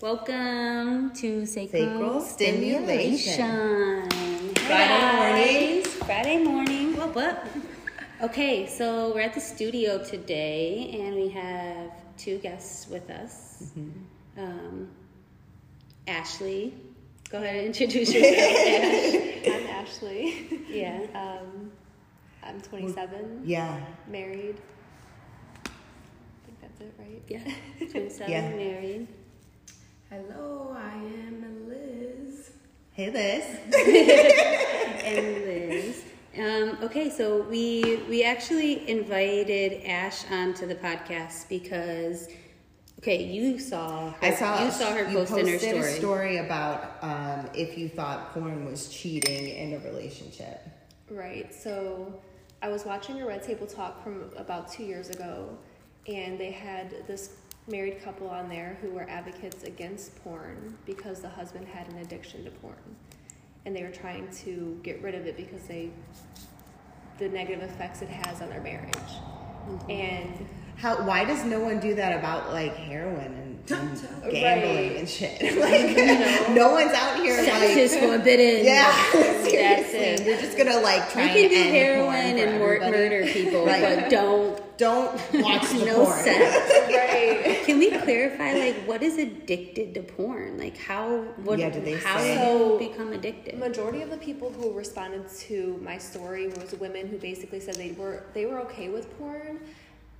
Welcome to Sacral, Sacral Stimulation. Stimulation. Friday Hey, guys. Friday morning. What, what? Okay, so we're at the studio today, and we have two guests with us. Um, Ashley, go ahead and introduce yourself. I'm Ashley. Ash. yeah, Um, I'm 27, Yeah. married. I think that's it, right? yeah. Twenty-seven, Yeah. married. Hello, I am Liz. Hey, Liz. and Liz. Um, okay, so we we actually invited Ash onto the podcast because okay, you saw her, I saw you saw her post in her posted story. a story about um, if you thought porn was cheating in a relationship. Right. So I was watching a Red Table Talk from about two years ago, and they had this married couple on there who were advocates against porn because the husband had an addiction to porn. And they were trying to get rid of it because they, the negative effects it has on their marriage. And How? Why does no one do that about like heroin and, and Right. gambling and shit? Like, no one's out here Sex like, is forbidden. yeah. That's Seriously, it. you're just gonna like You try can and do end heroin porn and for mur- everybody. murder people, Right. but don't Don't watch the no porn. sex. right. Can we clarify like what is addicted to porn? Like how what Yeah, do they how say? do you become addicted? Majority of the people who responded to my story was women who basically said they were they were okay with porn,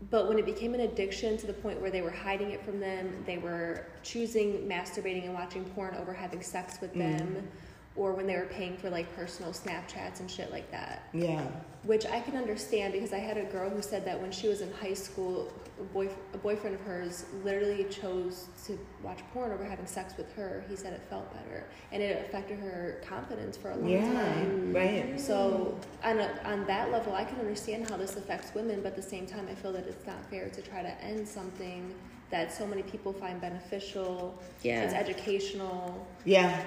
but when it became an addiction to the point where they were hiding it from them, they were choosing masturbating and watching porn over having sex with them, or when they were paying for like personal Snapchats and shit like that Yeah. which I can understand because I had a girl who said that when she was in high school, a, boyf- a boyfriend of hers literally chose to watch porn over having sex with her. He said it felt better, and it affected her confidence for a long Yeah. time. Right. So on a, on that level, I can understand how this affects women, but at the same time, I feel that it's not fair to try to end something that so many people find beneficial. Yeah. it's educational. Yeah.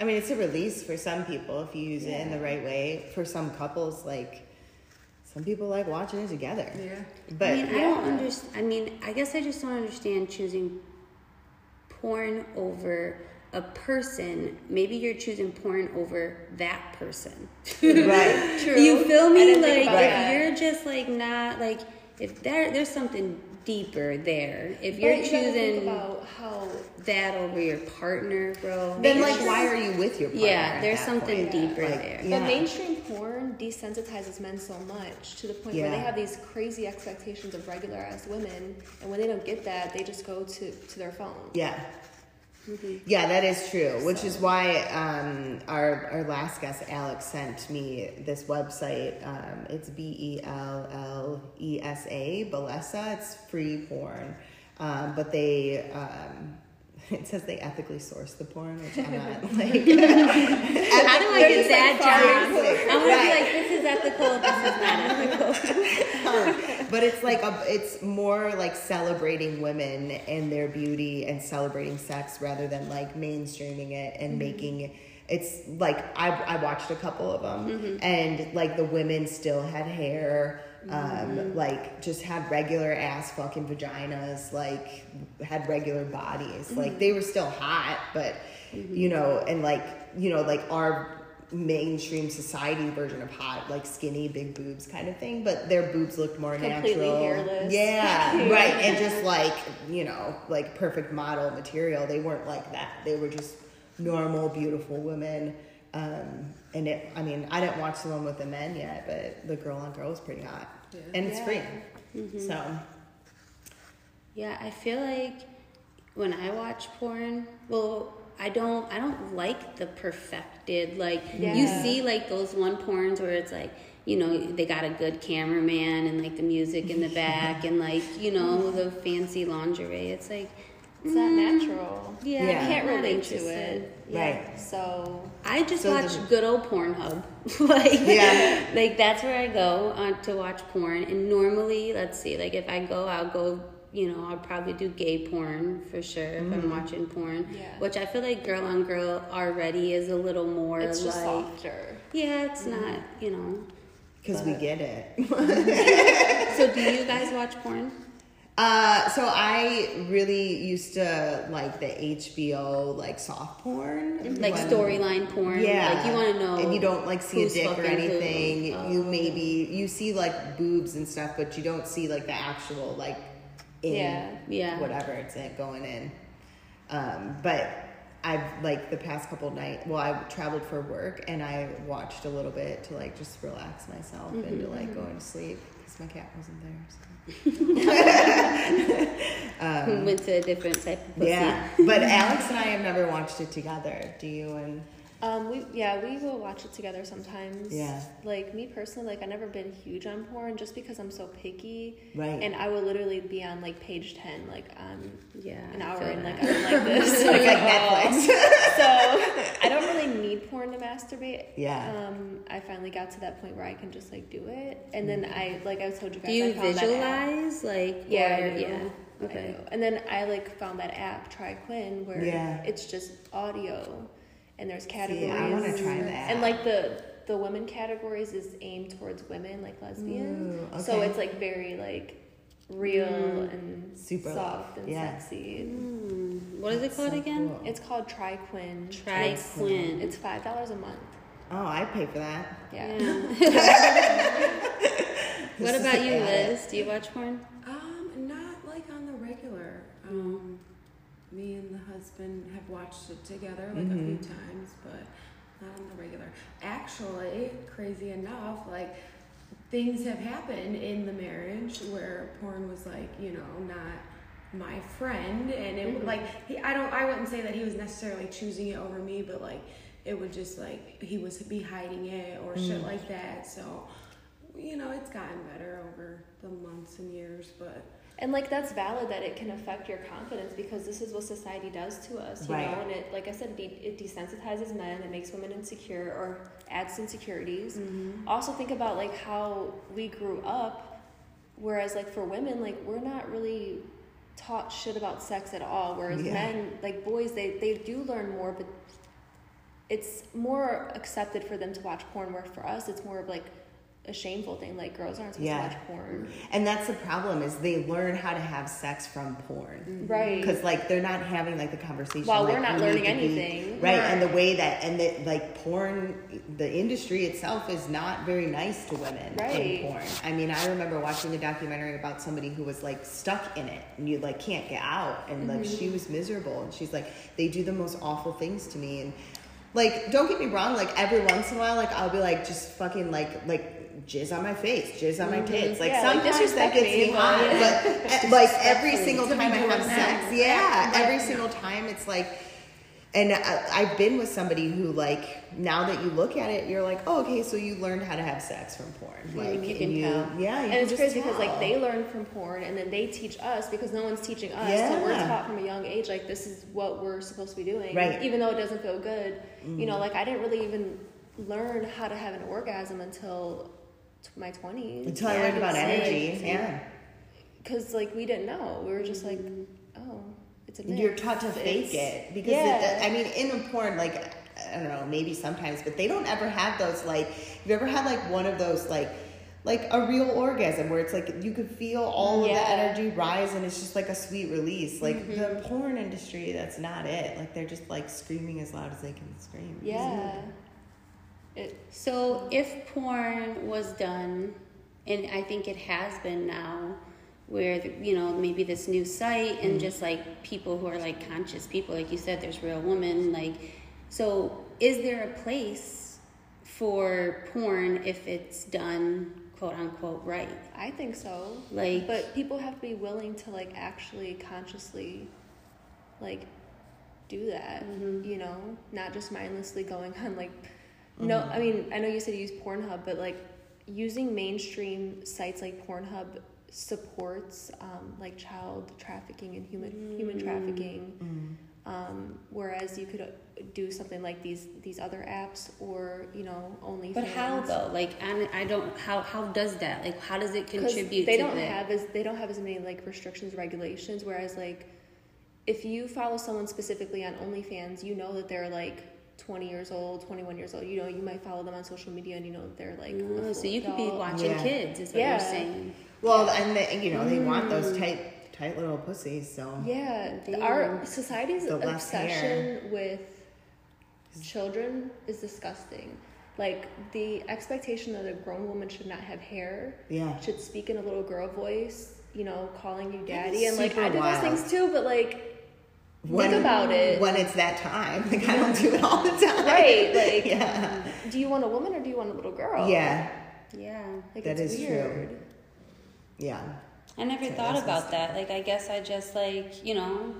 I mean, it's a release for some people if you use it in the right way. For some couples, like, some people like watching it together. Yeah. But I mean, I don't understand. I mean, I guess I just don't understand choosing porn over a person. Maybe you're choosing porn over that person. right. True. You feel I me? didn't Like think about if that. you're just like not like if there there's something deeper there. If you're But you gotta think choosing about how that over your partner, bro. Then, it's like, just- why are you with your partner? Yeah, at there's that something point? deeper Like, there. Yeah. But mainstream porn desensitizes men so much to the point where they Yeah. have these crazy expectations of regular ass women, and when they don't get that, they just go to, to their phone. Yeah. Mm-hmm. Yeah, that is true. Which is why um, our our last guest, Alex, sent me this website. Um, it's B E L L E S A Belessa. It's free porn, um, but they. Um, it says they ethically source the porn, which I'm not like. How do I get that job? I want Right. to be like, this is ethical. This is not ethical. but it's like a, it's more like celebrating women and their beauty and celebrating sex rather than like mainstreaming it and making it's like I, I watched a couple of them and like the women still had hair um, like just had regular ass fucking vaginas like had regular bodies like they were still hot but you know and like you know like our mainstream society version of hot, like skinny, big boobs kind of thing, but their boobs looked more Completely natural. hairless. Yeah, right. And just like, you know, like perfect model material. They weren't like that. They were just normal, beautiful women. Um, and it, I mean, I didn't watch the one with the men yet, but the girl on girl was pretty hot. Yeah. And it's Yeah. Mm-hmm. free. So, Yeah, I feel like when I watch porn, well, I don't I don't like the perfected like you Yeah. see like those one porns where it's like you know they got a good cameraman and like the music in the back and like you know the fancy lingerie. It's like It's not natural. Mm-hmm. yeah, Yeah. I I can't not relate to interested. it. Right. So I just So watch the- good old Pornhub. like, Yeah. like that's where I go on to watch porn. And normally, let's see, like if I go, I'll go. You know, I'll probably do gay porn for sure if Mm-hmm. I'm watching porn. Yeah. Which I feel like girl on girl already is a little more it's like, just softer. yeah, it's Mm-hmm. not. You know. because we get it. So, do you guys watch porn? Uh, so I really used to like the HBO like soft porn, Mm-hmm. Like when- storyline porn. Yeah, Like you want to know. and you don't like see a who's dick or fucking who. anything. Oh, you maybe you see like boobs and stuff, but you don't see like the actual like in Yeah. Yeah. whatever it's in, going in. Um, but I've like the past couple night. Well, I traveled for work and I watched a little bit to like just relax myself and to Mm-hmm, like go to sleep because my cat wasn't there. So. Who went to a different type of pussy. Yeah, but Alex and I have never watched it together. Do you and Um, we yeah, we will watch it together sometimes. Yeah. Like me personally, like I've never been huge on porn just because I'm so picky. Right. And I will literally be on like page ten, like um Yeah. an I hour feel in, like that. I don't like this. It's like Netflix? so I don't really need porn to masturbate. Yeah. Uh, Um, I finally got to that point where I can just like do it, and then Mm-hmm. I like I told you guys. Do you I found that app. visualize? Like, Yeah, I or- do. yeah. I Okay. do. And then I like found that app TriQuin where Yeah. it's just audio, and there's categories. See, I want to try that. And like the the women categories is aimed towards women, like lesbian. Ooh, So okay. Mm-hmm. it's like very like real and Super soft and yeah. sexy. Hmm. What is it called So again? cool. It's called TriQuin. Try It's- Quinn. It's five dollars a month. Oh, I pay for that. Yeah. what This is about you, an ad. Liz? Do you watch porn? Um, not like on the regular. Um, me and the husband have watched it together like a few times, but not on the regular. Actually, crazy enough, like things have happened in the marriage where porn was like, you know, not my friend and it would like he, I don't I wouldn't say that he was necessarily choosing it over me, but like it would just like he was be hiding it or Mm. shit like that. So you know, it's gotten better over the months and years, but And like that's valid that it can affect your confidence because this is what society does to us, you Right. know. And it, like I said, it, de- it desensitizes men, it makes women insecure or adds insecurities. Mm-hmm. Also, think about like how we grew up, whereas like for women, like we're not really taught shit about sex at all. Whereas Yeah. men, like boys, they they do learn more, but it's more accepted for them to watch porn. Where for us, it's more of like a shameful thing. Like girls aren't supposed Yeah. to watch porn, And that's the problem is they learn how to have sex from porn. right? Because like they're not having like the conversation. While like, we're not you need to learning be- anything. right? And the way that and that like porn, the industry itself is not very nice to women Right. in porn. I mean, I remember watching a documentary about somebody who was like stuck in it and you like can't get out, and like Mm-hmm. she was miserable, and she's like, they do the most awful things to me, and like don't get me wrong, like every once in a while, like I'll be like just fucking like like. Jizz on my face, jizz Mm-hmm. on my tits. Like Yeah, like, sometimes that disrespect gets me, me but- hot, but uh, like every single To be time I doing have that. sex, yeah, every single time it's like, and I, I've been with somebody who like now that you look at it, you're like, oh, okay, so you learned how to have sex from porn, Hmm, like you and can tell. yeah, you and can it's just crazy because tell. like they learn from porn and then they teach us because no one's teaching us so we're Yeah. taught from a young age like this is what we're supposed to be doing Right. Mm. even though it doesn't feel good you know like i didn't really even learn how to have an orgasm until t- my 20s until I learned about energy, yeah, because like we didn't know we were just like oh it's a myth. you're taught to fake It's- it because Yeah. it, I mean, in a porn, like I don't know, maybe sometimes, but they don't ever have those like. Have you ever had like one of those like? Like a real orgasm where it's like you could feel all of Yeah. Mm-hmm. the energy rise and it's just like a sweet release. Like the porn industry, that's not it. Like they're just like screaming as loud as they can scream. yeah it, So if porn was done, and I think it has been now, where the, you know maybe this new site and just like people who are like conscious people, like you said, there's real women. Like, so is there a place for porn if it's done quote unquote right? i think so Like, but people have to be willing to like actually consciously like do that mm-hmm. you know not just mindlessly going on like no Mm-hmm. i mean i know you said you use pornhub but like using mainstream sites like pornhub supports um, like child trafficking and human Mm. human trafficking Mm. um, whereas you could uh, do something like these these other apps or you know only but how though? Like, I I don't how how does that like how does it because contribute? They to don't the, have as they don't have as many like restrictions, regulations. Whereas like, if you follow someone specifically on OnlyFans, you know that they're like twenty years old, twenty one years old. You know, you might follow them on social media, and you know that they're like. a Oh, so full you could be adult. watching Yeah. kids, is what Yeah. you're saying. Well, and the, you know they want those type tight little pussies. So Mm. Yeah, Damn. our society's The less hair. obsession with children is disgusting. Like the expectation that a grown woman should not have hair, yeah, should speak in a little girl voice, you know, calling you daddy, and like super I do those wild. things too, but like when, think about it, when it's that time. Like I don't do it all the time. right? Like, Yeah. do you want a woman or do you want a little girl? Yeah. Yeah. like, That it's is true. weird. Yeah. I never So thought that's about that. Like, I guess I just, like, you know,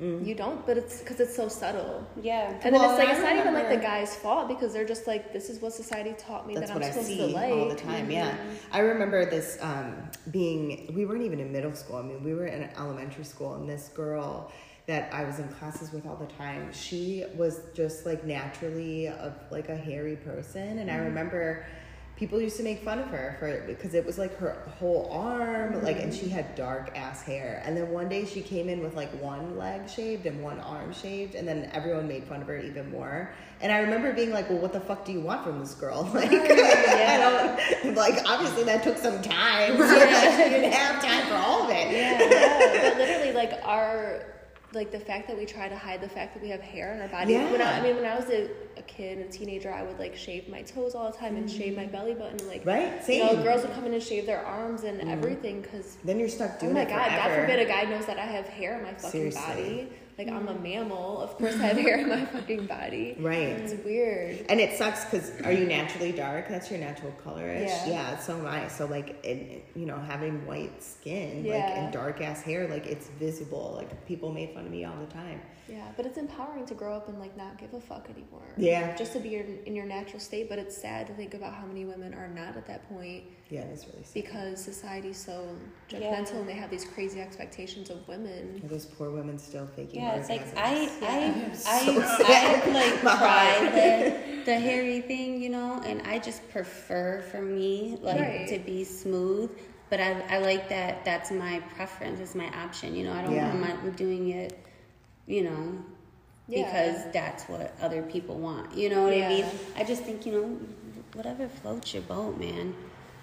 You don't, but it's because it's so subtle. yeah. And Mm-hmm. Well, then it's like I it's not even like the remember- guy's fault because they're just like this is what society taught me That's that what I'm I supposed see to like. all the time. Yeah, I remember this um, being. We weren't even in middle school. I mean, we were in elementary school, and this girl that I was in classes with all the time, she was just like naturally of like a hairy person, Mm-hmm. and I remember people used to make fun of her for because it was like her whole arm, like, and Mm-hmm. she had dark ass hair. And then one day she came in with like one leg shaved and one arm shaved, and then everyone made fun of her even more. And I remember being like, "Well, what the fuck do you want from this girl?" Like, I don't like. Obviously, that took some time. So she didn't have time for all of it. Yeah, but literally, like our, like the fact that we try to hide the fact that we have hair on our body. When I, I Yeah. mean, when I was a, a kid, and a teenager, I would like shave my toes all the time and shave my belly button. Like, Mm-hmm. Right? you know, Same. Mm-hmm. girls would come in and shave their arms and everything because. Then you're stuck Oh doing my it god! God forever. forbid a guy knows that I have hair on my fucking Seriously. Mm. body. Like I'm a mammal. Of course, I have hair on my fucking body. Right. It's weird. And it sucks because are you naturally dark? That's your natural colorish. Yeah. so am I. So like, it, you know, having white skin, like, Yeah. and dark ass hair, like it's visible. Like people made fun of me all the time. Yeah, but it's empowering to grow up and like not give a fuck anymore. Yeah. just to be your, in your natural state. But it's sad to think about how many women are not at that point Yeah, it's really sick. because society's so judgmental Yeah. and they have these crazy expectations of women. Are those poor women still faking? Yeah, it's like orgasms? I, I, I, so I, like try the, the hairy thing, you know, and I just prefer for me like Right. to be smooth. But I, I like that. That's my preference. It's my option. You know, I don't. Yeah. I'm not doing it. You know, Yeah. because that's what other people want. You know what I mean? Yeah. I just think you know, whatever floats your boat, man.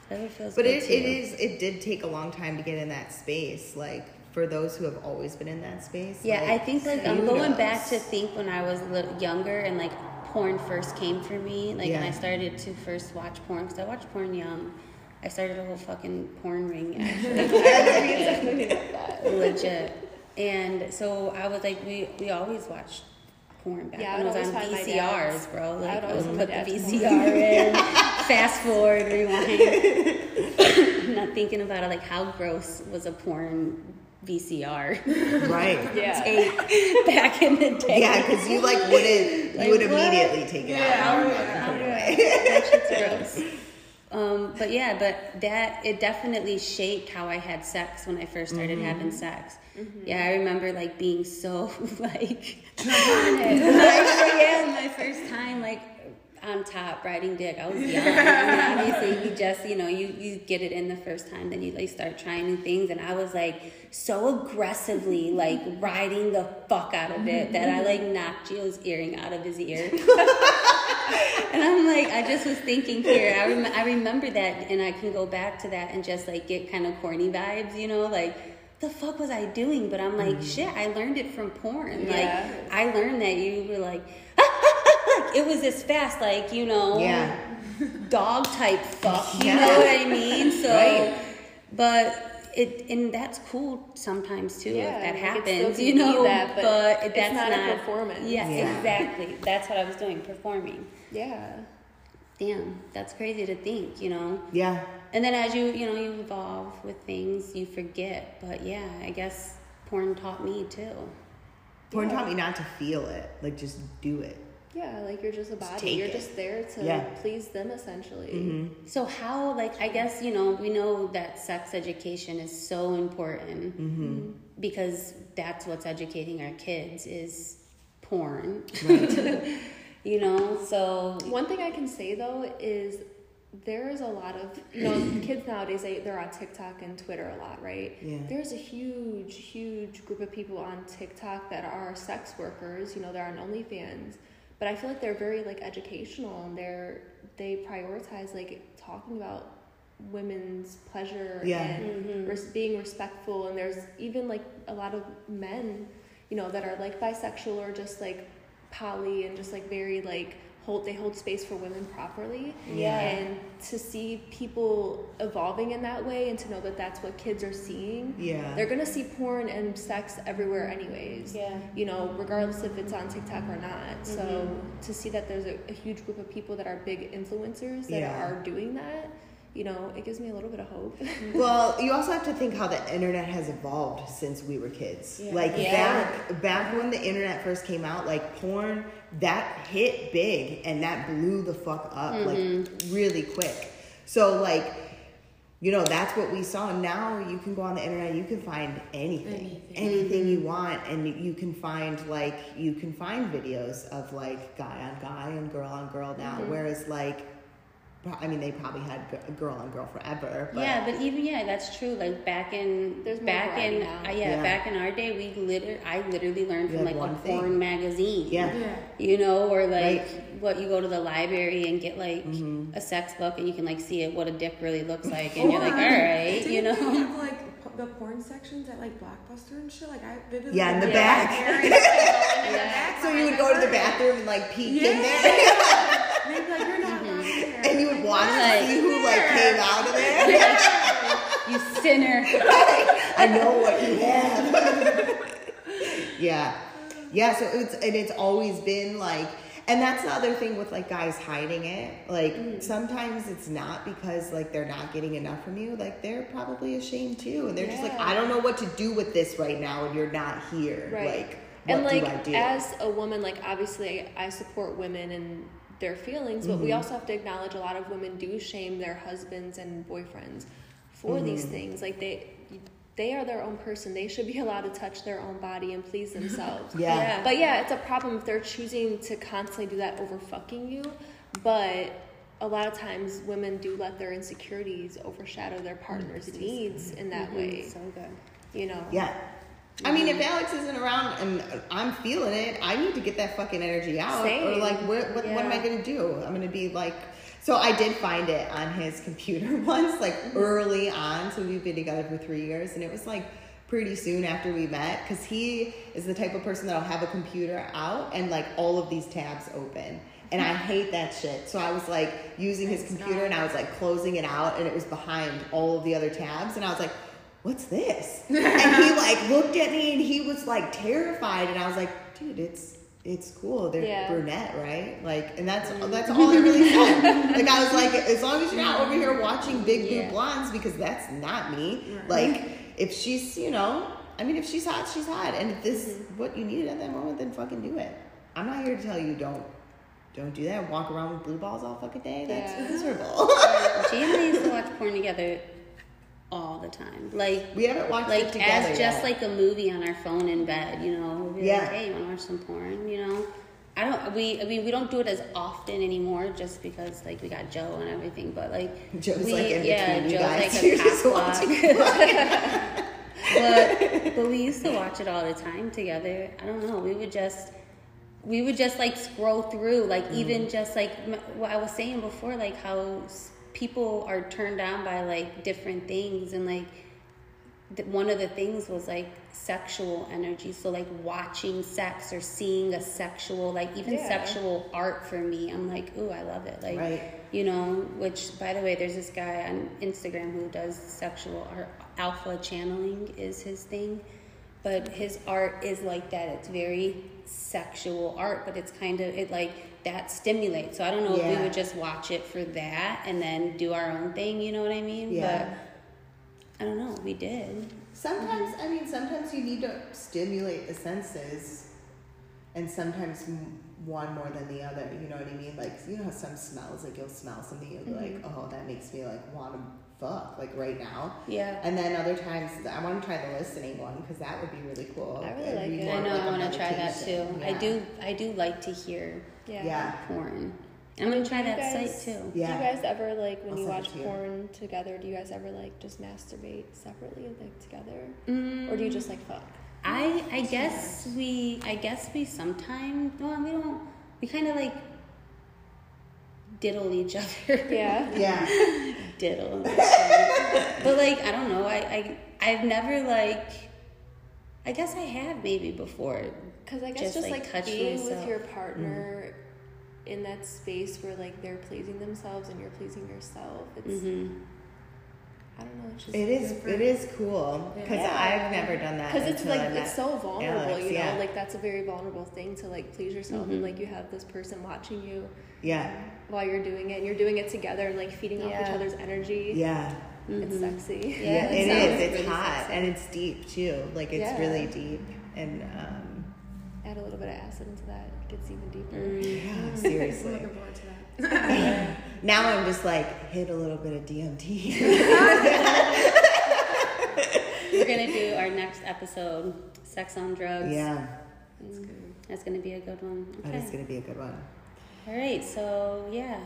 Whatever feels But good it, to it you. is it did take a long time to get in that space. Like for those who have always been in that space. Yeah, I think like I'm who going knows? back to think when I was little, younger and like porn first came for me. Like when Yeah. I started to first watch porn because I watched porn young. I started a whole fucking porn ring actually, legit. And so I was like, we we always watched porn back Yeah, I when it would was on always find my dad's. VCRs, bro. I Like would I always would find put my the dad's porn. VCR in, fast forward, rewind. Not thinking about it, like how gross was a porn VCR right. Yeah, tape back in the day. Yeah, because you like wouldn't you would Like, what? immediately take it out. That shit's gross. Um, but yeah, but that it definitely shaped how I had sex when I first started having sex. Yeah, I remember like being so Mm-hmm. like yeah, my first time like on top riding dick. I was young. And obviously, you just you know you you get it in the first time, then you like start trying new things. And I was like so aggressively like riding the fuck out of it that I like knocked Gio's earring out of his ear. And I'm like, I just was thinking here. I, rem- I remember that, and I can go back to that and just like get kind of corny vibes, you know, like the fuck was I doing? But I'm Mm-hmm. like, shit, I learned it from porn. Yeah. Like I learned that you were like, like it was this fast, like you know, Yeah. dog type fuck. You Yeah. know what I mean? So, Right. but. It, and that's cool sometimes too Yeah, if that like, it happens, still you can be know. that, but but it's that's not a performance. Yes, Yeah. exactly. That's what I was doing, performing yeah, damn, that's crazy to think, you know. Yeah. And then as you, you know, you evolve with things, you forget. But yeah, I guess porn taught me too. Porn taught me not to feel it. Like just do it. yeah. Like you're just a body. take You're it. just there to Yeah. Mm-hmm. please them essentially. So how, like, I guess you know, we know that sex education is so important Mm-hmm. Mm-hmm. because that's what's educating our kids is porn. you know, so One thing I can say though is there is a lot of you know kids nowadays they, they're on TikTok and Twitter a lot, right? Yeah. There's a huge, huge group of people on TikTok that are sex workers. You know, they're on OnlyFans, but I feel like they're very like educational and they're they prioritize like talking about women's pleasure Yeah. and res- being respectful. And there's even like a lot of men, you know, that are like bisexual or just like poly and just like very like hold they hold space for women properly. Yeah. And to see people evolving in that way and to know that that's what kids are seeing. Yeah. They're gonna see porn and sex everywhere, anyways Yeah. you know, regardless if it's on TikTok or Mm-hmm. not. So to see that there's a, a huge group of people that are big influencers that Yeah. are doing that, you know, it gives me a little bit of hope. Well, you also have to think how the internet has evolved since we were kids. Yeah. Like Yeah. back back when the internet first came out, like porn that hit big and that blew the fuck up like really quick. So like you know, that's what we saw. Now you can go on the internet, you can find anything. Anything, you want and you can find like you can find videos of like guy on guy and girl on girl now whereas like pro- I mean, they probably had g- girl on girl forever. But yeah, but even yeah, that's true. Like back in There's more back in variety now. uh, yeah, Yeah. back in our day, we liter I literally learned You from had like a one thing. porn magazine. Yeah. Yeah. you know, or like Right. Mm-hmm. what you go to the library and get like a sex book and you can like see it what a dick really looks like, and you're like, all right, um, Didn't you know. They have, like p- the porn sections at like Blockbuster and shit. Like I vividly. Yeah, in the remember back. carrying it in the back So you would behind go to the curtain. bathroom and like peek Yeah. in there, And they'd be like, "You're not allowed in there." and you would watch Like- to see who like came out of there. You sinner. I know what you have. yeah, yeah. So it's and it's always been like, and that's the other thing with like guys hiding it. Like Mm. sometimes it's not because like they're not getting enough from you. Like they're probably ashamed too, and they're just like, Yeah. I don't know what to do with this right now, and you're not here. Like, what and like do I do? as a woman, like obviously I support women and their feelings, but we Mm-hmm. also have to acknowledge a lot of women do shame their husbands and boyfriends for Mm-hmm. these things. Like they they are their own person. They should be allowed to touch their own body and please themselves. Yeah. Yeah. But yeah, it's a problem if they're choosing to constantly do that over fucking you. But a lot of times women do let their insecurities overshadow their partner's needs in that way. So good. You know. Mm-hmm. Yeah. I mean, if Alex isn't around and I'm feeling it, I need to get that fucking energy out. Or Same. like, what, what, what am I Yeah. gonna do? I'm gonna be like, so I did find it on his computer once, like early on. So we've been together for three years, and it was like pretty soon after we met because he is the type of person that'll have a computer out and like all of these tabs open. And I hate that shit. So I was like using his computer and I was like closing it out and it was behind all of the other tabs. And I was like, what's this? and he like looked at me and he was like terrified and I was like, dude, it's it's cool. They're Yeah. brunette, right? Like, and that's Mm-hmm. that's all I really said. like, I was like, as long as you're not over here watching big blue Mm-hmm. Yeah. blondes, because that's not me. Right. Like, if she's, you know, I mean, if she's hot, she's hot, and if this is Mm-hmm. what you needed at that moment, then fucking do it. I'm not here to tell you don't don't do that. Walk around with blue balls all fucking day. That's Yeah. miserable. She and I used to watch porn together all the time. Like we haven't watched it like together as just yet. like a movie on our phone in bed, you know. We'll be Yeah. Like, hey, you want to watch some porn? You know. I don't. We. I mean, we don't do it as often anymore, just because like we got Joe and everything. But like Joe's we, like in yeah, between you Joe's guys. like You're a just cock watching block. but but we used to watch it all the time together. I don't know. We would just we would just like scroll through, like Mm-hmm. even just like m- what I was saying before, like how s- people are turned on by like different things, and like th- one of the things was like sexual energy. So like watching sex or seeing a sexual, like even Yeah. sexual art for me, I'm like, ooh, I love it. Like Right. you know, which by the way, there's this guy on Instagram who does sexual art. Alpha channeling is his thing, but his art is like that. It's very sexual art, but it's kind of it like that stimulates. So I don't know if Yeah. we would just watch it for that and then do our own thing. You know what I mean? Yeah. But I don't know. We did. Sometimes, I mean, sometimes you need to stimulate the senses, and sometimes m- one more than the other. You know what I mean? Like, you know how some smells, like you'll smell something, you'll be like, Mm-hmm. oh, that makes me like want to fuck, like right now. Yeah. And then other times, I want to try the listening one because that would be really cool. I really It'd like be it. more I know. like I a want to try that too. meditation. I Yeah. do. I do like to hear Yeah. porn. I'm gonna try You that guys- site too. Yeah. Do you guys ever like when I'll you send it watch to you. porn together? Do you guys ever like just masturbate separately, like together, Mm. or do you just like fuck? I I guess we I guess we sometimes well we don't we kind of like diddle each other Yeah. Yeah. diddle. but like, I don't know. I, I I've never like. I guess I have maybe before. Because I guess Just, just, like, like, touch being myself. with Mm. your partner in that space where like they're pleasing themselves and you're pleasing yourself. It's Mm-hmm. I don't know. It's just Mm-hmm. It is. It is cool because Yeah. I've never done that. because it's until like I met it's so vulnerable. Alex, you know, yeah. Mm-hmm. like that's a very vulnerable thing to like please yourself and like you have this person watching you yeah, while you're doing it and you're doing it together and like feeding off Yeah. each other's energy. yeah, Mm-hmm. Mm-hmm. It's sexy. Yeah, yeah. it It sounds is. It's really hot sexy. and it's deep too. Like it's Yeah. really deep and um, Add a little bit of acid into that, it gets even deeper. Mm. Mm-hmm. yeah, I'm seriously. looking forward to that. Now I'm just like hit a little bit of DMT. We're gonna do our next episode, sex on drugs. yeah, That's good. that's gonna be a good one. that Okay. is gonna be a good one. All right. So yeah,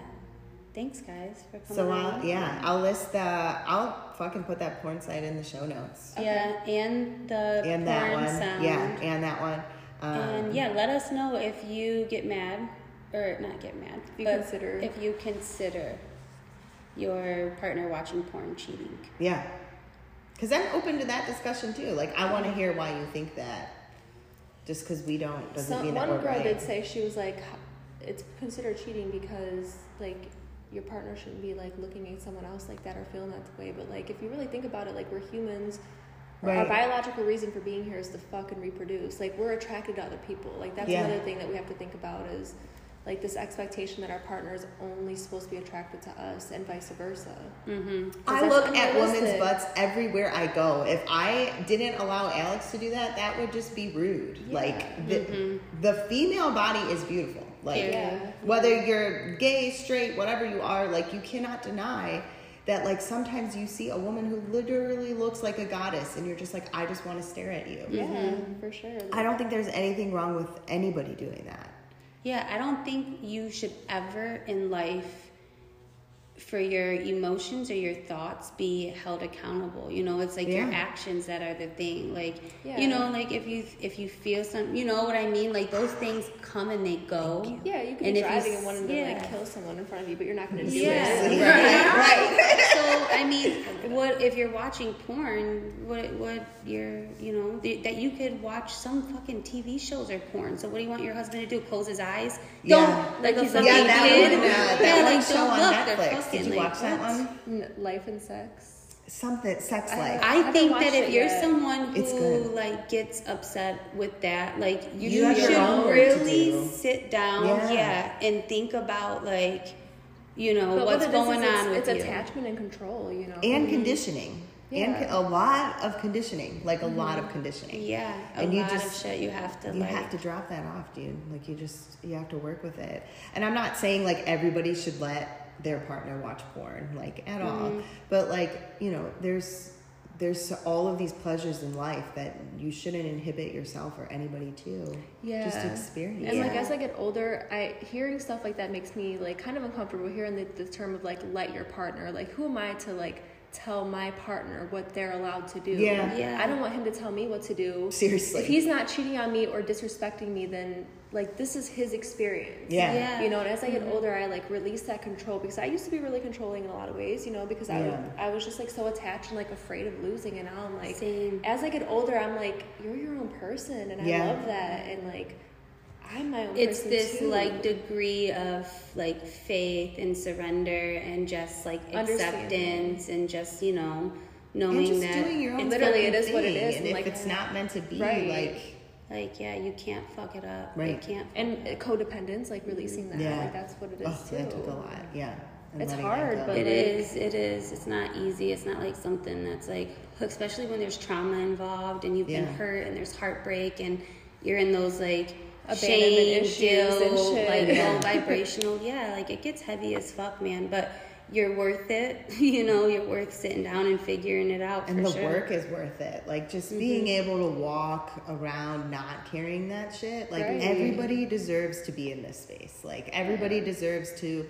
thanks guys for coming. So on. I'll yeah, I'll list the. I'll fucking put that porn site in the show notes Yeah, and the and that porn one. sound. Yeah, and that one. Um, And yeah, let us know if you get mad, or not get mad, If you but consider- if you consider your partner watching porn cheating. Yeah. Because I'm open to that discussion too. Like, I want to hear why you think that. Just because we don't doesn't Some, mean that one we're girl right. did say she was like, "H- it's considered cheating because like your partner shouldn't be like looking at someone else like that or feeling that way. But like if you really think about it, like we're humans. Our Right. biological reason for being here is to fuck and reproduce. Like we're attracted to other people. Like that's Yeah. another thing that we have to think about is like this expectation that our partner is only supposed to be attracted to us and vice versa. Mm-hmm. I that's look at women's unrealistic. butts everywhere I go. If I didn't allow Alex to do that, that would just be rude. Yeah. Like, the, the female body is beautiful. Like, Mm-hmm. Yeah. whether you're gay, straight, whatever you are, like, you cannot deny that, like, sometimes you see a woman who literally looks like a goddess and you're just like, I just want to stare at you. Yeah, Mm-hmm. for sure. I don't think there's anything wrong with anybody doing that. Yeah, I don't think you should ever in life for your emotions or your thoughts be held accountable. You know, it's like your Yeah. actions that are the thing. Like, Yeah. you know, like if you if you feel some, you know what I mean? Like those things come and they go. Yeah, you could And be if you driving s- and wanting to yeah. like kill someone in front of you, but you're not going to do Yeah, it. right, right. So I mean, what if you're watching porn? What what you're you know th- that you could watch some fucking TV shows or porn. So what do you want your husband to do? Close his eyes? Yeah. Don't like he's a yeah, fucking that kid. one, uh, that Yeah, one like, show don't on look, they're Netflix. Did fucking, you like, watch that what? one? N- Life and sex. Something sex like. I, haven't think watched that if it you're yet. someone It's who good. like gets upset with that, like you, You have your should own work to really do. sit down, yeah. Yeah. and think about like you know But what's what it is, going is it's, on with it's you. attachment and control. You know. and conditioning. Yeah. Mm-hmm. And co- a lot of conditioning. Like, a lot of conditioning. Yeah, a And you lot of just- shit you have to You like. have to drop that off, dude. Like, you just, you have to work with it. And I'm not saying, like, everybody should let their partner watch porn, like, at Mm-hmm. all. But, like, you know, there's, there's all of these pleasures in life that you shouldn't inhibit yourself or anybody to. Just Yeah. experience. And like it. as I get older, I hearing stuff like that makes me like kind of uncomfortable. Hearing the, the term of like let your partner, like who am I to like tell my partner what they're allowed to do? Yeah. Yeah. I don't want him to tell me what to do. Seriously. If he's not cheating on me or disrespecting me, then like this is his experience. Yeah. Yeah. You know, and as I get older, I like release that control because I used to be really controlling in a lot of ways. You know, because I would, Yeah. I was just like so attached and like afraid of losing, and now I'm like, Same. as I get older, I'm like, you're your own person, and Yeah. I love that, and like, I'm my own it's person this too. like degree of like faith and surrender and just like Understanding. acceptance and just you know knowing and just that doing your own it's literally fucking- it is what it thing, is, and and, if like, it's not meant to be right. like like yeah you can't fuck it up you Right. can't and codependence, like releasing that, Mm-hmm. Yeah. like that's what it is oh too. that took a lot yeah and It's letting that hard, go. but- it is it is it's not easy it's not like something that's like especially when there's trauma involved and you've Yeah. been hurt and there's heartbreak and you're in those like Abandonment shame issues and guilt shit. like Yeah. low vibrational yeah like it gets heavy as fuck man but you're worth it you know you're worth sitting down and figuring it out and for the sure work is worth it like just Mm-hmm. being able to walk around not carrying that shit like Right. everybody deserves to be in this space like everybody deserves to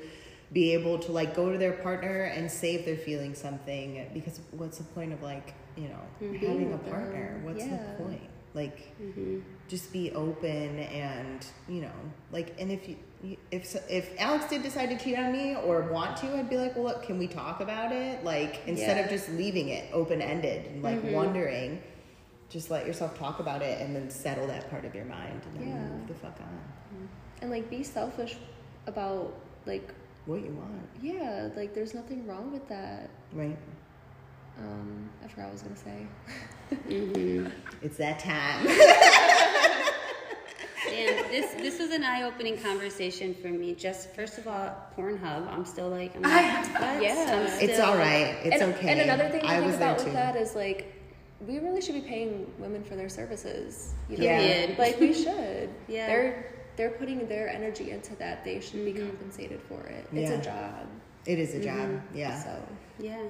be able to like go to their partner and say if they're feeling something because what's the point of like you know having a partner what's Mm-hmm. yeah. the point Like, Mm-hmm. just be open and you know, like, and if you you- if so- if Alex did decide to cheat on me or want to, I'd be like, well, look, can we talk about it? Like, instead Yeah. of just leaving it open ended and like Mm-hmm. wondering, just let yourself talk about it and then settle that part of your mind and then Yeah. move the fuck on. and like be selfish about like What you want, yeah, like there's nothing wrong with that. right? Um, I forgot what I was gonna say. Mm-hmm. It's that time. And this this was an eye opening conversation for me. Just first of all, Pornhub. I'm still like, I'm like what? Yeah. I'm It's It's still- all right. It's and, okay. And another thing to I think was about there with too. that is like, we really should be paying women for their services. You know? Yeah. Period. like we should. Yeah. they're they're putting their energy into that. They should be Mm-hmm. compensated for it. It's Yeah. a job. It is a job. Yeah. Mm-hmm. So Yeah.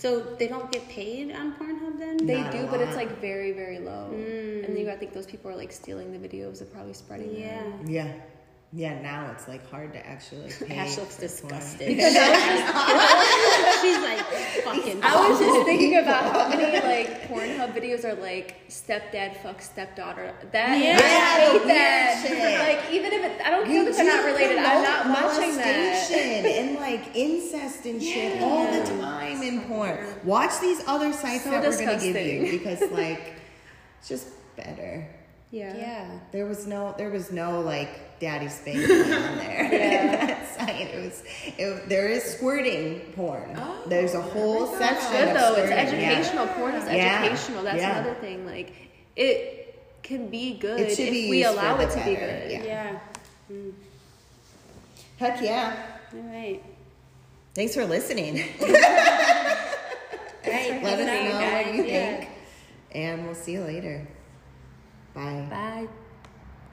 So they don't get paid on Pornhub then? they Not a do, but it's lot. like very very low. And you, I think those people are like stealing the videos and probably spreading them. Mm. yeah. Yeah. Yeah. Now it's like hard to actually like, pay. Ash looks for porn. disgusted. She's like fucking. I was Oh. just thinking about how many like Pornhub videos are like stepdad fuck stepdaughter. That Yeah, I the hate weird that. shit. Like even if it, I don't care You if they're do not related, I'm not promote watching that. molestation and like incest and shit all the time in porn. Watch these other sites So that we're gonna give you disgusting. because like it's just better. Yeah. Yeah. There was no, there was no like daddy spank porn on there. that site. It was, it, there is squirting porn. Oh, There's a whole there we go. section. Good of though. It's squirting, yeah. educational. Porn is Yeah. educational. That's Yeah. another thing. Like it can be good It should if be we used for allow the it to be better, good. yeah. Yeah. Heck yeah! All right. Thanks for listening. Right. Let us know what you Yeah. think, and we'll see you later. Bye. Bye.